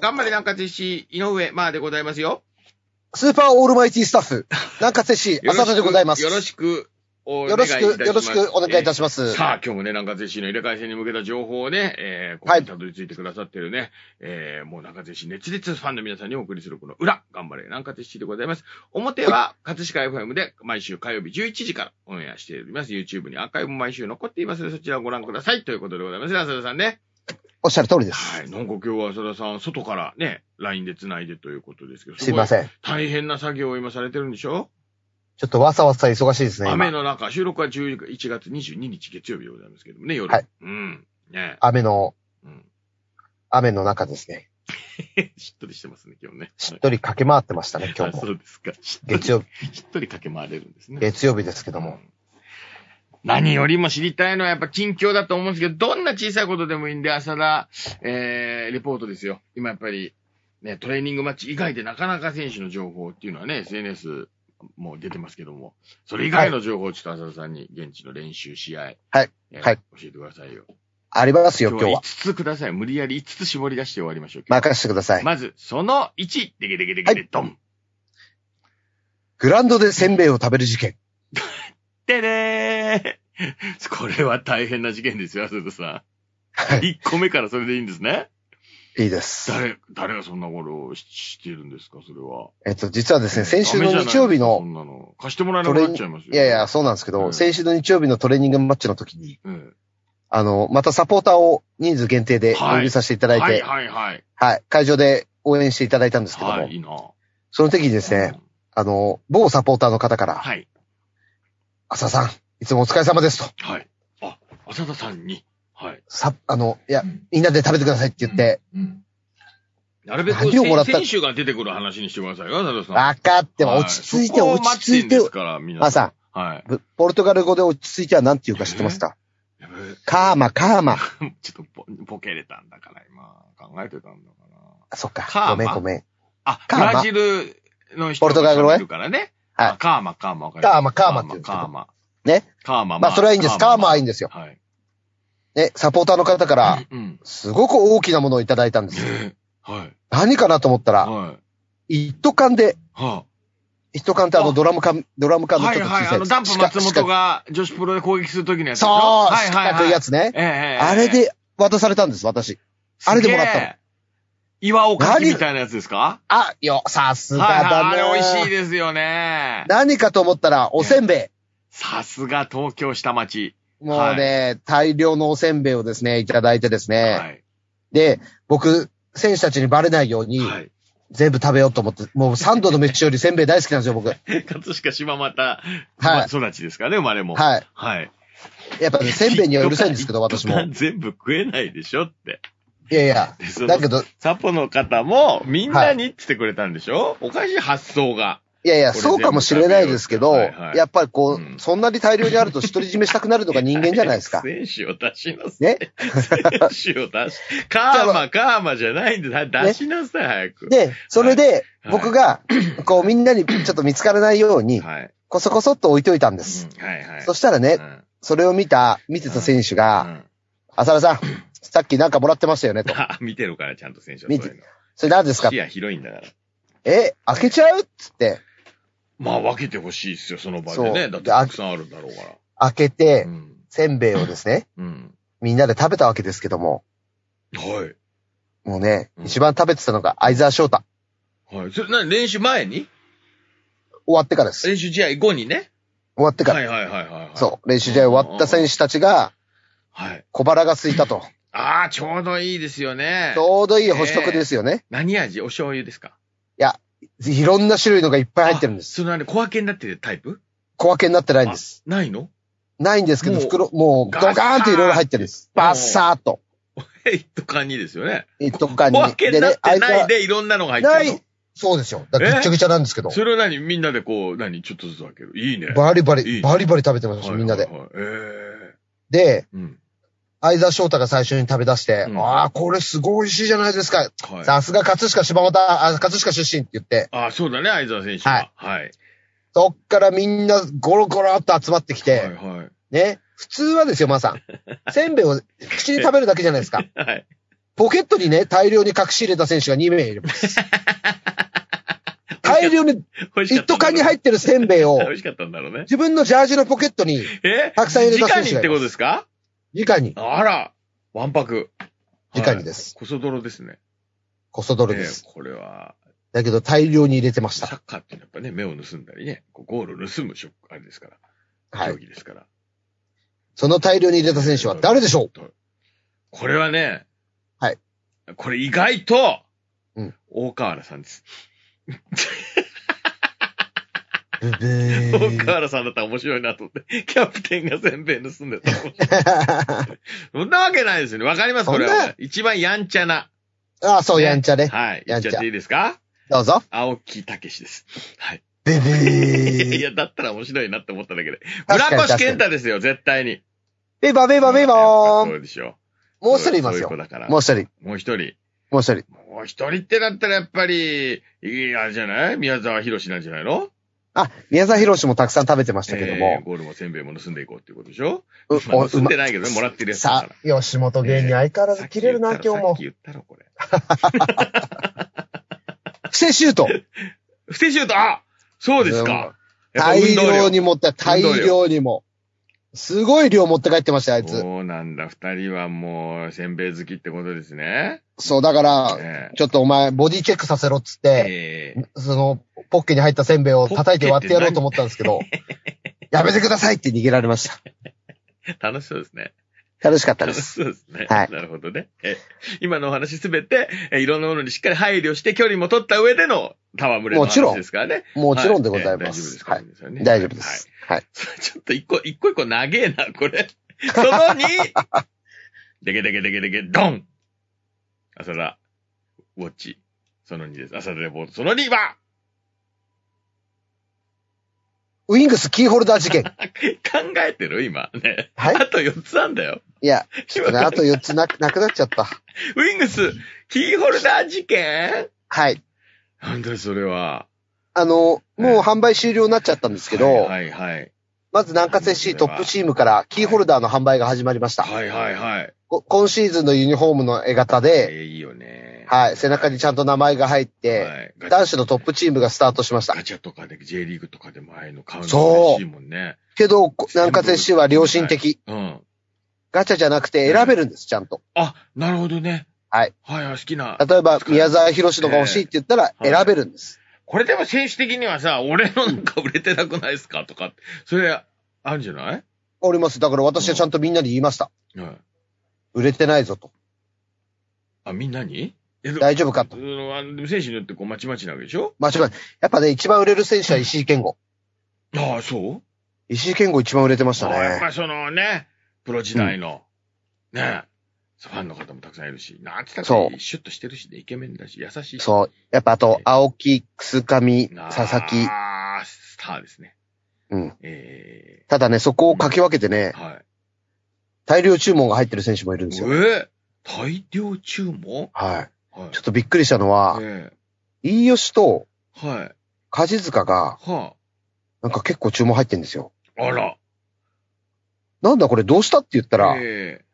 頑張れなんか実施、井上、まあでございますよ。スーパーオールマイティスタッフ、南葛市、よろし浅く田でございます。よろしくお願いよいたろししまく、す。よろしくお願いいたします。さあ、今日もね、南葛市の入れ替え戦に向けた情報をね、えー、ここはいにたどり着いてくださってるね、えー、もう南葛市熱烈ファンの皆さんにお送りするこの裏、頑張れ南葛市でございます。表は、葛飾 FM で毎週火曜日11時からオンエアしております。YouTube にアーカイブも毎週残っていますので、そちらをご覧ください。ということでございます。浅田さんね。おっしゃる通りです。はい。なんか今日は浅田さん、外からね、LINE で繋いでということですけど。すいまん。せん。大変な作業を今されてるんでしょちょっとわさわさ忙しいですね。今雨の中、収録は11月22日月曜日でございますけどもね、夜。はいうん。ね雨の、うん。 雨の中ですね。しっとりしてますね、今日ね。しっとり駆け回ってましたね、今あ日も。そうですか。しっとり、月曜日、しっとり駆け回れるんですね。月曜日ですけども。何よりも知りたいのはやっぱ近況だと思うんですけど、どんな小さいことでもいいんで、浅田、えー、レポートですよ。今やっぱり、ね、トレーニングマッチ以外でなかなか選手の情報っていうのはね、SNS も出てますけども、それ以外の情報をちょっと浅田さんに現地の練習、試合、はいえーはい教えてくださいよ。ありますよ、今今日日はは5。つください。無理やり5つ絞り出して終わりましょう。任せてください。まず、その1、でけでけでけで、ドン。グラウンドでせんべいを食べる事件。でねー これは大変な事件ですよ、浅田さはん。1個目からそれでいいんですね。い。いいです。誰、誰がそんなことをししているんですか、それは。えっと、実はですね、先週ダメのじゃない日曜日その、んなの。貸してもらえなくなっちゃいますよ。いやいや、、そうなんですけうど、ん先週の日曜日のトレーニングマッチの時に、うん。あの、またサポーターを人数限定でお呼びさせていただいはいて、はいはい。はい、会場で応援していただいたんですけどはもい、い、いな。その時にですね、あの、某サポーターの方から、はい。浅田さん、いつもお疲れ様ですと。はい。あ、浅田さんに。はい。さ、あの、いや、みんなで食べてくださいって言って、うん。なるべく何をもらった選手が出てくる話にしてくださいよ、浅田さん。わかってもはい落ち着いて、そこを落待ち着いっててんです、から、皆あさん。はい。ぶポルトガル語で落ち着いては何て言うか知ってますかやべカーマ、カーマ。え ちょっとぼボケれたんだから、今、考えてたんだから。あそっかカーマ、ごめんごめん。あ、カブーマラジルの人ポルトガル語ねいるからね。はいあカーマ、カーマ、わかりましたカーマ、カーマって言うんですカけーど。マ。ね。カーマ。まあ、それはいいんです。カーマはいいんですよ。はい。ね、サポーターの方から、うん。すごく大きなものをいただいたんですよ。はい。何かなと思ったら、はい。一斗缶で、は一斗缶ってあの、ドラム缶、ドラムあ、缶のはちいょっとは小い。さあいの、ダンプ松本が。が女子プロで攻撃するときのやつでしょ。そう、はい四はい角はいい。やつね。ええええ。あれで渡されたんです、私。あれでもらったのすげえ。岩おかきみたいなやつですかあ、よ、さすがはいだはいね。あれ美味しいですよね。何かと思ったら、おせんべさすが東京下町。い。もうね、大量のおせんべいをですね、いただいてですね。はい。で、僕、選手たちにバレないように、はい。全部食べようと思って、もう三度の飯よりせんべい大好きなんですよ、僕。はい。葛飾島又、ははいい、育ちですからね、生まれも。い。やはい。っぱね、せんべいにはうるさいんですけど、一斗私も缶。全部食えないでしょって。いやいや。でそのだけど、サポの方も、みんなにって言ってくれたんでしょ、おかしい発想が。いやいや、これそうかもしれないですけど、全部食べようってはいはいやっぱりこう、うんそんなに大量にあると独り占めしたくなるのが人間じゃないですか。選手を出しなさい。ね。 選手を出し、カーマ、カーマじゃないんで、だ出しなさい、早く。で、それで、はい僕が、こう、みんなにちょっと見つからないように、はい。うんこそこそっと置いといたんです。はいはい。そしたらね、うんそれを見た、見てた選う手が、ん浅田さん、さっきなんかもらってましたよね、と。あ 見てるから、ちゃんと選手は見そうていうの。それ何ですか視野広いんだから。え、開けちゃうっつって、まあ、分けてほしいですよ、その場でそね。うだって、たくさんあるんだろうか開けら。てう、ん。せんべいをですね、うん。みんなで食べたわけですけども、はい。もうね、うん一番食べてたのが相沢翔太。はい。それ、な、練習前に終わってからです。終練習試合後にね。わってから。はいはいはいはいはい。そう、練習試合終わった選手たちが、はい。小腹が空いたと。ああ、ちょうどいいですよねち。ょうどいい保守徳ですよね。何味お醤油ですかいろんな種類のがいっぱい入ってるんです。あそのあれ、小分けになってるタイプ小分けになってないんです。ないの ないんですけど、もう袋、もう、ガドサーカーンっていろいろ入ってるんです。もうバッサーっと。一斗缶にですよね。一斗缶に。小分けになってないでねで、いろんなのが入相って沢なるのい。そうですよ。だからぐっちゃぐちゃなんですけど。それを何みんなでこう、何ちょっとずつ分ける。いいね。バリバいリ、いバリバリ食べてました、はいみんなでは。いはいえで、えうん。相沢翔太が最初に食べ出して、うんああ、これすごい美味しいじゃないですか。はい。さすが葛飾柴又、あ、葛飾出身って言って、ああ、そうだね、相沢選手は。はい。そっからみんなゴロゴロっと集まってきて、はい。はい。ね、普通はですよ、まさん。せんべいを口に食べるだけじゃないですか。はい。ポケットにね、大量に隠し入れた選手が2名 いれます。大量に美味し一かったんだ斗ろう缶に入ってるせんべい を美、味しかったんだろうね。自分のジャージのポケットに、えたくさん入れた直選手がいますにってことですか直に、あら、わんぱく。直にです。はい。こそ泥ですね。こそ泥です。ええこれは、だけど大量に入れてましサた。ッカーってやっぱね、目を盗んだりね、こうゴールを盗むショック、あれですから、は競い。技ですから。その大量に入れた選手は誰でしょうこれはね、はい。これ意外と、うん大河原さんです。ブブ大河ー。原さんだったら面白いなと思って、 キャプテンが全米盗んで た。そんなわけないですよね。わかりますこれそんはな。一番やんちゃな。 あ、そう、やんちゃね。はい。言やっんちちゃゃっていいですかどうぞ。青木武史です。はい。ブブ いー。や、だったら面白いなって思っただけで。確かに村越健太ですよ、絶対に。ベバベバベバそーン。うでしょ。もう一人いまそすうよう子。だから。ももう一人。う一人。もう一人。もう一人ってなったらやっぱり、いいあれじゃない宮沢博士なんじゃないのあ、宮沢博士もたくさん食べてましたけどえもー。ゴールもせんべいも盗んでいこうっていうことでしょうまあお盗んでないけどね、もらってるやつださかあ、吉本芸人相変わらら。ず切れるな、さっき言今った日ろさもっき。言ったろ、これ。不正シュート。不正シュートあそうですか。やっぱ大運動量に持った、大量にも。すごい量持って帰ってましたよ、あいつ。そうなんだ。二人はもう、せんべい好きってことですね。そう、だから、えちょっとお前、ボディチェックさせろっつって、えその、ポッケに入ったせんべいを叩いて割ってやろうと思ったんですけど、やめてくださいって逃げられました。ー楽しそうですね。楽しかったで楽し す。 そうですね。はいなるほどね。え今のお話すべて、えいろんなものにしっかり配慮して距離も取った上での戯れのもちろん話ですからね。もちろんでございはまえす。は大丈夫い。ですか、ね大丈夫です。。はい。はいちょっと一個、一個一個長えな、これ。その2、でけでけでけでけ、ドン朝田、ウォッチ。その2です。朝田レポート。その2は、ウィングスキーホルダー事件。考えてる今。ね。はいあと4つなんだよ。いや、今それあと4つな、なくなっちゃった。ウィングス、キーホルダー事件はい。なんだよそれは。あの、ええもう販売終了になっちゃったんですけど、はいはいはい。まず南葛 FC トップチームからキーホルダーの販売が始まりました。はいはいはい。こ今シーズンのユニフォームの絵型えで、ー、いいよね。はい、背中にちゃんと名前が入って、はいガ男チ子のトップチームがスタートしましたャ。ガチャとかで、J リーグとかでもああいうの買うの嬉そうしいもんね。けど、こ南葛 FC は良心的。うん。ガチャじゃなくて選べるんです、ちゃんと。あ、なるほどね。はい。はいはい、好きな。例えば、宮沢博士のが欲しいって言ったらええ選べるんです。これでも選手的にはさ、俺のなんか売れてなくないですかとか、それ、あるんじゃないおります。だから私はちゃんとみんなに言いました。うん。売れてないぞと。あ、みんなにえ大丈夫かあと。のでも選手によってこう、まちまちなわけでしょ間違いない。やっぱね、一番売れる選手は石井健吾。ああ、そう石井健吾一番売れてましたああやっぱね。りそのね、プロ時代の、ね、ファンの方もたくさんいるし、なんつったそってシュッとしてるしね、イケメンだし、優しいし。そう。やっぱあと、青木、楠上、佐々木。ああ、スターですね。うん。えただね、そこをかき分けてねえ、はい。大量注文が入ってる選手もいるんですよ。ええ大量注文はい。はいちょっとびっくりしたのは、え飯吉とえはい。梶塚が、はなんか結構注文入ってんですよ。あ。あら。なんだこれどうしたって言ったら、ええ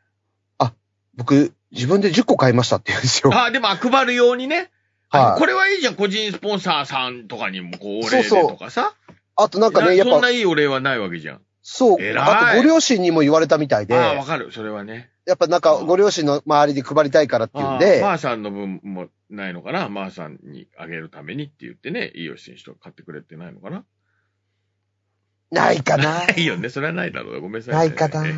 僕、自分で10個買いましたって言うんですよ。ああ、でも配る用にね。はいこれはいいじゃん。個人スポンサーさんとかにも、こう、おそ礼うでそうとかさ。あとなんかね、やっそんぱな、いいお礼はないわけじゃん。そう、偉いあとご両親にも言われたみたいで、ああ、わやかる。それはね。っぱなんかご両親の周りで配りたいからっていうんでああ、マーさんの分もないのかなマーさんにあげるためにって言ってね、いいよ選手とか買ってくれてないのかな ないかな。いいよね、それはないだろうなごめんなさ、ないいね。かなえ。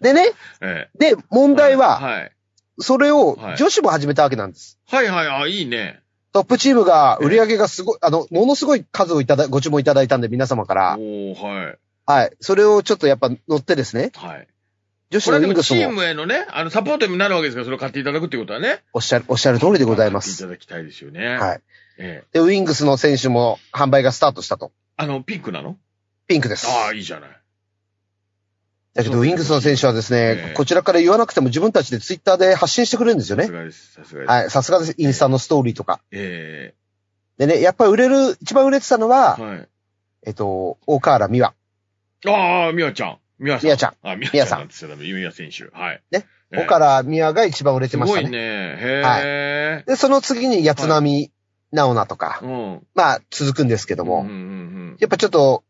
でね、えで、問題は、はい。それをはい女子も始めたわけなんです。はいはい、あ、いいね。トップチームが売り上げがすごい、あの、ものすごい数をいただ、ご注文いただいたんで皆様から、おおはい。はい。それをちょっとやっぱ乗ってですね、はい。女子このれでウィンもグスチーもムへのね、あの、サポートにもなるわけですから、それを買っていただくっていうことはね。おっしゃる、おっしゃる通りでございま買す。っていただきたいですよね。。はいい。ええ。で、ウィングスの選手も販売がスタートしたと。あの、ピンクなのピンクです。ああ、いいじゃない。だけど、ウィングスの選手はですえねえ、こちらから言わなくても自分たちでツイッターで発信してくれるんですよさすね。がです、さすがです。はい、さすがです。インスタのストーリーとか。えでね、やっぱり売れる、一番売れてたのえは、はい。えっと、大河原美和。ああ、みやちゃん。みやさん。みやちゃん。あ、みみややささんんなんですよ、みや選手。はい。ね。ええオカラミアが一番売れてすましごたいね。ね。へえ。で、その次に、八つ波、ナオナとか、うん。まあ、続くんですけども、うんうんやっぱちょっと、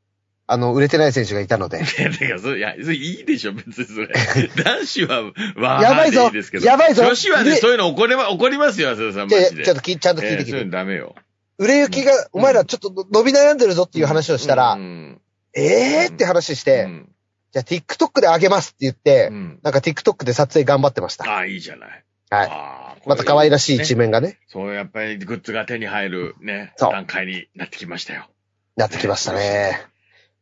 あの、売れてない選手がい たので、うん。いや、だからそれ、いや、それいいでしょ、別に それ。男子は、わーやばいぞでいいですけど。やばいぞ女子はね、でそういうの怒りま、怒りますよ、浅田さん、じマゃあジで。ちょっとき、ちゃんと聞いてきええそういうて。のダメよ。売れ行きが、お前らちょっと伸び悩んでるぞっていう話をしたら、うん。ええーって話して、うんじゃあ TikTok で上げますって言って、うん。なんか TikTok で撮影頑張ってました。ああ、いいじゃない。はいああまた可愛ららしい一面がね、そう、やっぱりグッズが手に入るね、そう段階になってきましたよ。なってきましたね。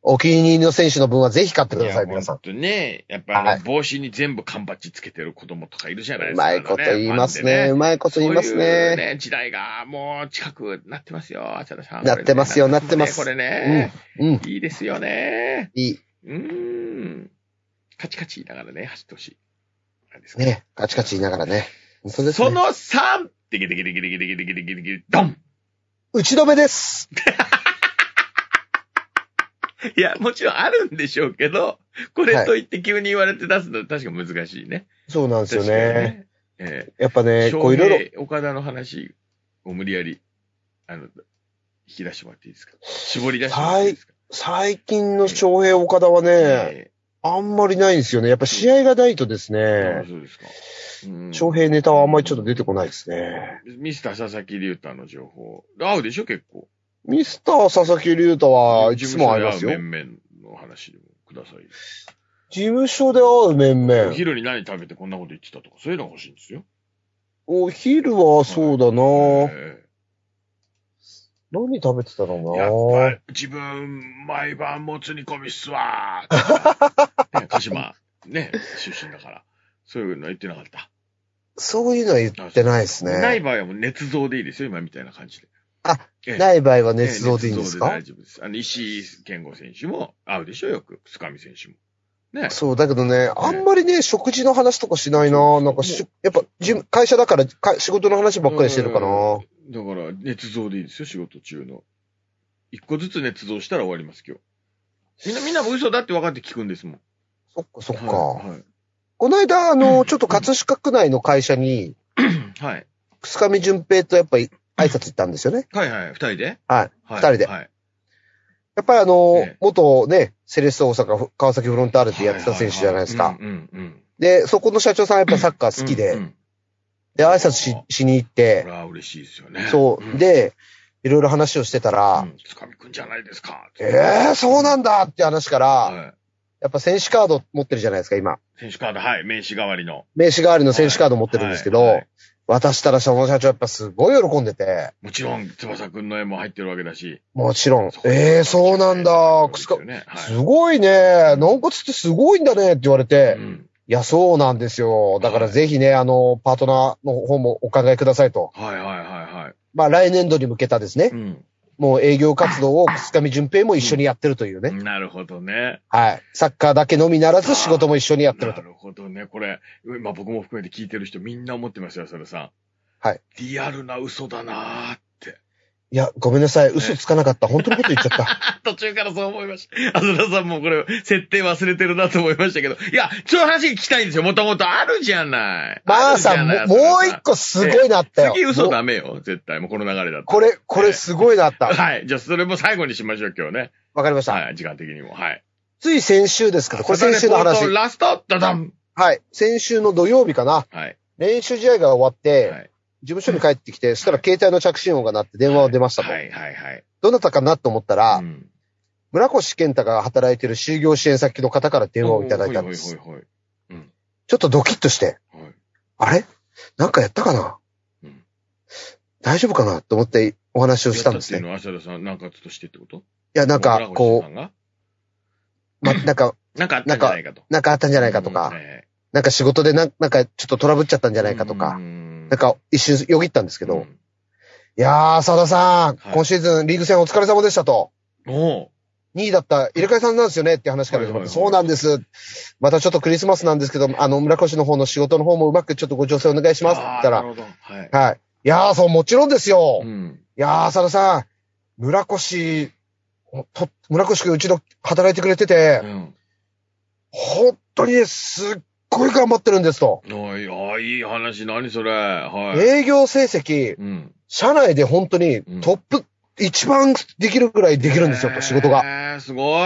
お気に入りの選手の分はぜひ買ってください、皆さん。ん。ね、やっぱあのはい帽子に全部缶バッジつけてる子供とかいるじゃないうですか。まいこと言いますあのね。うファンでまいこと言いますそういうね。ね、時代がもう近くなってますよ、浅田さん。なってますよなってますこれね、うん。うん。いいですよね。いい。うーん。カチカチ言いながらね、走ってほしい。なんですかね。カチカチ言いながらね。そうですそね。の 3! できできできできできできできでき、ドン打ち止めです。いや、もちろんあるんでしょうけど、これと言って急に言われて出すのは確か難しいね。そうなんですよね。確かにね。えやっぱえね、こういろいろ。翔平岡田の話を無理やり、あの、引き出してもらっていいですか絞り出してもらっていいですか最近の翔平岡田はね、えあんまりないんですよね。やっぱ試合がないとですえね、そうですか。うん翔平ネタはあんまりちょっと出てこないですね。ミスター佐々木隆太の情報。合うでしょ、結構。ミスター佐々木隆太はいつもありますよ。面々の話でもくださいよ。事務所で会う面お々。昼に何食べてこんなこと言ってたとか、そういうのが欲しいんですよ。お昼はそうだな、ええ何食べてたのやかなっぱ、自分、毎晩もつ煮込みっすわ ー。ね、鹿島、ね、出身だから。そういうの言ってなかった。そういうのは言ってないですないね。場合はもう捏造でいいですよ、今みたいな感じで。あええ、ない場合はええ捏造でいいんです捏か、造大丈夫です。あの、石井健吾選手も合うでしょ、よく。須上選手も。ね。そう、だけどね、あんまりね、食事の話とかしないななんかし、やっぱ、事務会社だからか仕事の話ばっかりしてるかなうんだから、捏造でいいですよ、仕事中の。一個ずつ捏造したら終わります、今日。みんな、みんなも嘘だって分かって聞くんですもん。そっかそっか。はい。はいこの間、あの、ちょっと葛飾区内の会社に、はい。くすかみじゅんぺいとやっぱり挨拶行ったんですよね。はいはい、二人ではい。はい二人ではい。やっぱりあの、ええ元ね、セレッソ大阪、川崎フロンターレでやってた選手じゃないですか。はははうんうんうんで、そこの社長さんはやっぱサッカー好きうんうで、んで、挨拶ししに行っこてれ、は嬉しいですよね。そう、で、で、いろいろ話をしてたら、つかみくんじゃないですか。ええー、そうなんだって話から、はいやっぱ選手カード持ってるじゃないですか、今。選手カード、はい、名刺代わりの。名刺代わりの選手カード持ってるんですけど、はいはい渡したらその社長やっぱすごい喜んでて、もちろん、翼くんの絵も入ってるわけだし。もちろん、そうええー、そうなんだ、くすそかう、ですよねすはごいね、軟骨ってすごいんだねって言われて、い。うんいや、そうなんですよ。だからぜひね、あの、パートナーの方もお考えくださいと。はいはいはいはい。まあ、来年度に向けたですね、うんもう営業活動をくすかみ順平も一緒にやってるというね。なるほどね。はい。サッカーだけのみならず仕事も一緒にやってなると。るほどね。これ、今僕も含めて聞いてる人みんな思ってますよ、浅田さん。はい。リアルな嘘だなー って。いや、ごめんなさい。嘘つかなかった。本当のこと言っちゃった。途中からそう思いました。浅田さんもこれ、設定忘れてるなと思いましたけど。いや、そういう話聞きたいんですよ。もともとあるじゃない。まああるじゃさん、もないもう一。個すごいなあっ浅田さたよん。次嘘もうダメよ。絶対。もうこの流れだと。これ、これすごいなあ った。はい。じゃあ、それも最後にしましょう、今日ね。わかりました。はい。時間的にも。はい。つい先週ですけど、これ先週の浅田レポート話。ラスト、ダダンはい。先週の土曜日かな。はい。練習試合が終わはってい、事務所に帰ってきて、そしたら携帯の着信音が鳴って電話を出ましたとは。い、はい、はい。どなたかなと思ったらう、ん村越健太が働いている就業支援先の方から電話をいただいたんです。ほいほいちょっとドキッとして、ほいほい。はいあれなんかやったかなうん大丈夫かなと思ってお話をしたんですやね。ったっていうのは、浅田さん、なんかちょっとしてってこといや、なんか、こう。う、ま、なんか、なんかあったんじゃないかと。なんかあったんじゃないかとかうん、はいはいなんか仕事でなんなんかちょっとトラブっちゃったんじゃないかとうか、んなんか一瞬よぎったんですけうど、んいやー、佐田さん、はい今シーズンリーグ戦お疲れ様でしたと。おう2位だった入れ替えさんなんですよねって話から始まっはいはいはて、いそうなんです。またちょっとクリスマスなんですけど、あの、村越の方の仕事の方もうまくちょっとご調整お願いしますって言ったあーら、なるほど。はい。はい。いやー、そう、もちろんですよ。ういん。やー、佐田さん、村越、と村越くんうちの働いてくれてて、うん本当にねすっごい頑張ってるんですと。おい、あいい話、何それ。はい。営業成績、うん。社内で本当にうんトップ、一番できるぐらいできるんですよ、へとー仕事が。。すごい。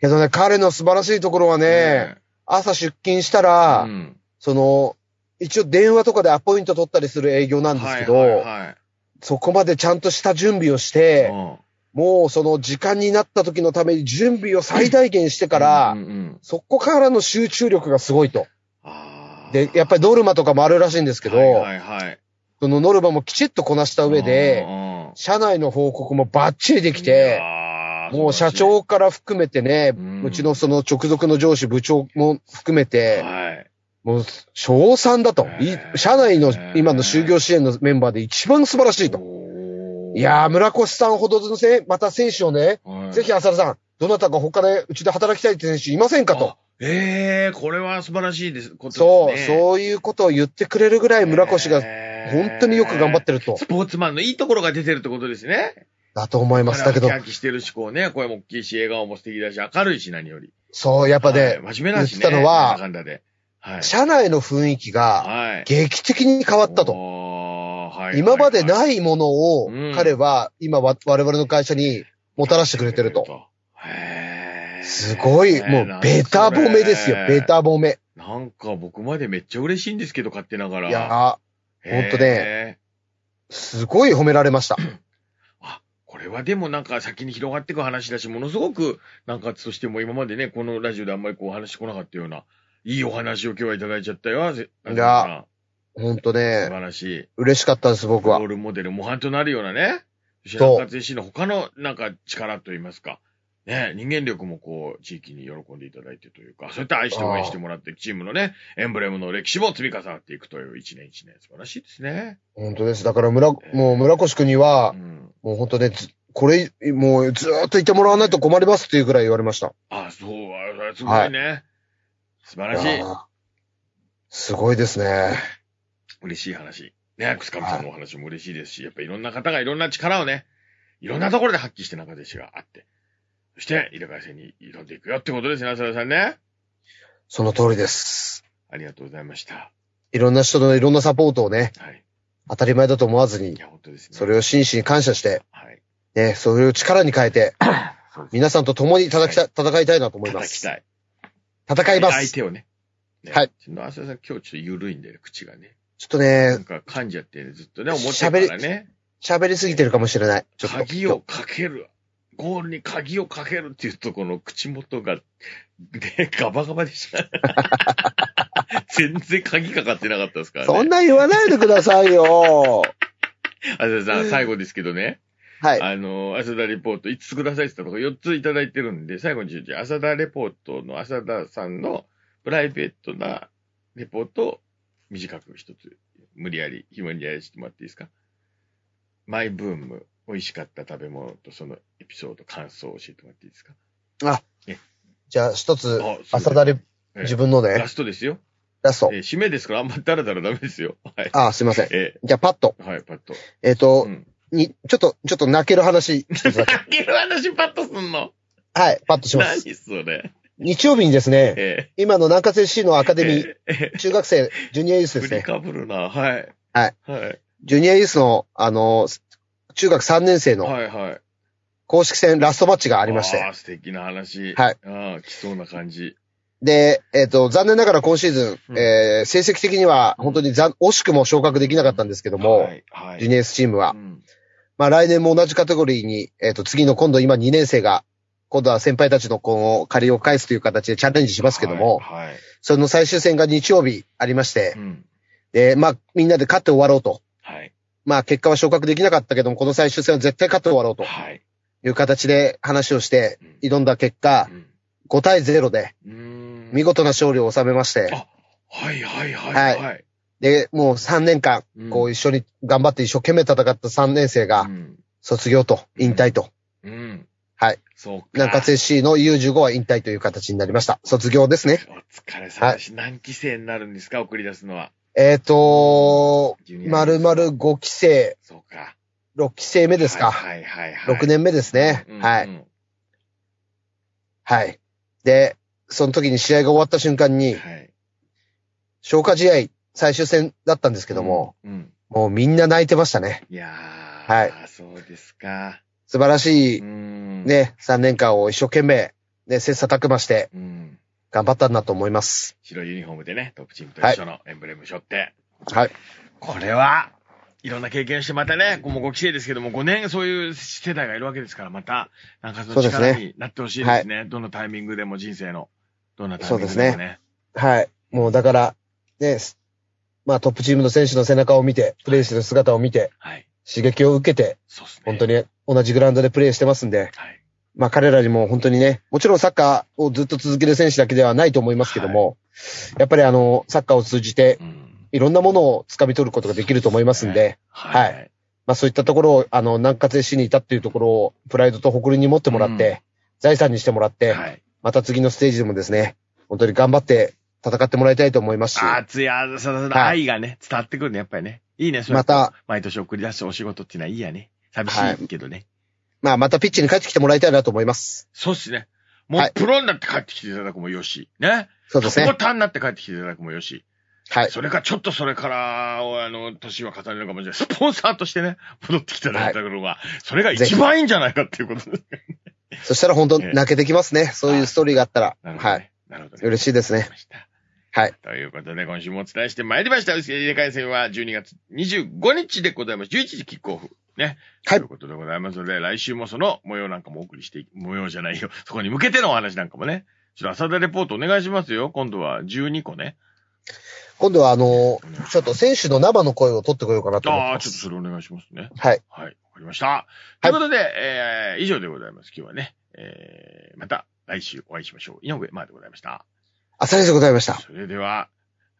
けどね、彼の素晴らしいところはね、朝出勤したら、うん。その、一応電話とかでアポイント取ったりする営業なんですけはいど、はいそこまでちゃんとした準備をしはい。て、うんもうその時間になった時のために準備を最大限してからうん、うんそこからの集中力がすごいと。あーで、やっぱりノルマとかもあるらしいんですけど、はいはいはい。そのノルマもきちっとこなした上で、うんうん、社内の報告もバッチリできて、いやーもう社、長から含めてね、うんうちのその直属の上司部長も含め素晴らて、しいはい。もう、賞賛だとへ。いー社内のへー今の就業支援のメンバーで一番素晴らしいと。おーいやー、村越さんほどのせ、また選手をね、はいぜひ浅田さん、どなたか他でうちで働きたいって選手いませんかとあ。ええこれは素晴らしいです。ことそう、ですね。そういうことを言ってくれるぐらい村越が本本当によく頑張っててると。スポーツマンのいいところが出てるってことですね。だと思います。だけどキ、ャキしてるし、こうね、声も大きいし、笑顔も素敵だし、明るいし、何より。そう、やっぱね、はい真面目だしね。言ってたのなんはだかんだで。はい。社内の雰囲気がはい。劇的に変わったと。おー。はい。今までっないものをうん彼は今わ我々の会社にもたらしてくれてると。。へーすごい、もうベタ褒めですよ、ベ。タ褒め。なんか僕までめっちゃ嬉しいんですけど、勝手ながら。いやへーほんとね。すごい褒められました。これはでもなんか先に広がっていく話だし、ものすごく、なんか、そしてもう今までね、このラジオであんまりこうお話してこなかったような、いいお話を今日はいただいちゃったよ。ぜいや、ほんと素ね、晴らしい。嬉しかったです、僕ロはー。ルモデル、模範となるようなね、吉そう田勝石の他のなんか力といいますか、ね、人間力もこう、地域に喜んでいただいてというか、そうやって愛して応援してもらって、チームのね、エンブレムの歴史も積み重なっていくという一年一年、素晴らしいですね。ほんとです。だから村、もう村越くんにうは、ん。もうほんとね、ずこれ、もうずーっといてもらわないと困りますっていうぐらい言われました。あ、そう、あれすごいね。素晴らしい。やーすごいですね。嬉しい話。ね、くすかみさんのお話も嬉しいですし、やっぱいろんな方がいろんな力をね、いろんなところで発揮して中弟子があって、そして入れ替え戦に挑んでいくよってことですね、浅田さんね。その通りです。ありがとうございました。いろんな人のいろんなサポートをね、はい。当たり前だと思わずいに、や、本当ですね。それを真摯に感謝して、はい。ね、それを力に変えて、そうです皆さんと共に戦いた戦いたいなと思いま叩きす。たい。戦いま相す。ちょ手をね。ねはい。ちょっと浅田さん、今日ちょっと緩いんだよね、口がね。っとなねん、か噛んじゃってね、ずっとね、思ってたからね。喋りすぎてるかもしれない。ちょっと。鍵をかける。ゴールに鍵をかけるっていうと、この口元が、で、 ガバガバで した。全然鍵かかってなかったですからね。そんな言わないでください よ。浅田さん、最後ですけどね。はい。あの、浅田レポート5つくださいって言ったのが4ついただいてるんで、最後にちょっと浅田レポートの浅田さんのプライベートなレポートを短く1つ、無理やり、暇にやらせてもらっていいですかマイブーム、美味しかった食べ物とそのエピソード、感想を教えてもらっていいですかじゃあ、一つあそうで、す浅田レ、ええ自分のねラ、ストですよ。ラストえ。ー締めですから、あんまダラダラダメですよ。はい。あ、すいません。えじゃあ、パッと。ーはい、パッと。えっとう、ん。に、ちょっと、ちょっと泣ける話、一つ だけ。泣ける話パッとすんのはい、パッとしま何す。それ。日曜日にですね、え今の南葛 FC のアカデミー、ー、え中学生、ジュニアユースー、振ですねり。かぶるな。はい。はい。はい。ジュニアユースの、あの、中学3年生のはいはい。公式戦ラストマッチがあありまして、あ、素敵な話。はい。ああ、来そうな感じ。で、えっ、と、残念ながら今シーズン、うんえー成績的には本当にざん惜しくも昇格できなかったんですけども、はい。はい。ジュニアユースチームはう、んまあ来年も同じカテゴリーに、えっ、と、次の今度今2年生が、今度は先輩たちのこの借りを返すという形でチャレンジしますけども、はい。はいその最終戦が日曜日ありましてう、ん。で、まあみんなで勝って終わろうと。はい。まあ結果は昇格できなかったけども、この最終戦は絶対勝って終わろうとはい。いう形で話をしてうん、挑んだ結果、5対0で、うん。見事。事な勝利を収めまして、あはいはいはいはいはい。で、もう3年間、うんこう一緒に頑張って一生懸命戦った3年生うが、ん。卒業と、引退と、うん。はい。そうか。南葛 FC の U15 は引退という形になりました。卒業ですね。お疲れ様でした。何期生になるんですか送り出すのは。えっ、と、ジュニア丸々5期生、そうか。 6期生目ですか。はいはいはい。 6年目ですねうん。は。うい。んはい。で、その時に試合が終わった瞬間に、はい。消化試合最終戦だったんですけども、うん。もうみんな泣いてましたね。いやー、はいそうですか。素晴らしい、ん。。ね、3年間を一生懸命、ね、切磋琢磨してうん。頑張ったんだと思います。白いユニフォームでね、トップチームと一緒のエンブレム背負って。はい。これは、いろんな経験してまたね、もう5期生ですけども、5年そういう世代がいるわけですから、また、なんかそのそうですね力になってほしいですね。どのタイミングでも人生の、どんなタイミングでもそうでね。すはい。もうだから、ね、すまあトップチームの選手の背中を見て、プレーしてる姿を見て、はい。刺激を受けて、そうですね。本当。に同じグラウンドでプレーしてますんで、はい。まあ彼らにも本当にね、もちろんサッカーをずっと続ける選手だけではないと思いますけども、やっぱりあの、サッカーを通じて、うん。いろんなものを掴み取ることができると思いますんで、は。はいまあそういったところを、あの、南葛しにいたっていうところを、プライドと誇りに持ってもらって、うん財産にしてもらって、はい。また次のステージでもですね、本当に頑張って戦ってもらいたいと思いますし、熱い、あーそうそうそうはい愛がね、伝わってくるね、やっぱりね。いいね、そうやまってた、毎年送り出すお仕事っていうのはいいやね。寂しいけどね。まあまたピッチに帰ってきてもらいたいなと思います。そうっすね。もはういプロになって帰ってきていただくもよし。ね。そ うですトッね。プターになって帰ってきていただくもよし。はい。それか、ちょっとそれから、あの、年は重ねるかもしれない。スポンサーとしてね、戻ってきていただいたことが、それが一番いいんじゃないかっていうことです。そしたら本当泣けてきますね。そういうストーリーがあったら。なるほど、ね。はい。なるほど、ね。嬉しいですね。ました。はい。ということで、今週もお伝えしてまいりました。薄切り入れ替え戦は12月25日でございます。11時キックオフ。ね。はいということでございますので、来週もその模様なんかもお送りしてい、模様じゃないよ。そこに向けてのお話なんかもね。ちょっと浅田レポートお願いしますよ。今度は12個ね。今度はあの、ちょっと選手の生の声を取ってこようかなと思ってああ、まちょっとす。それお願いしますね。はい。はい。わかりました。ということで、えー、以上でございます。今日はね、えー、また来週お会いしましょう。井上まーでございました。朝日でございました。それでは、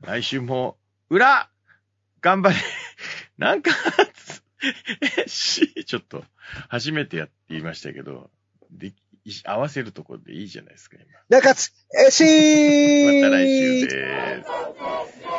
来週も、裏、頑張れ。 なんか、 え、し、ちょっと、初めてやって言いましたけど、でき、い合わせるとこでいいじゃないですか、今。 中津、えしーまた来週です。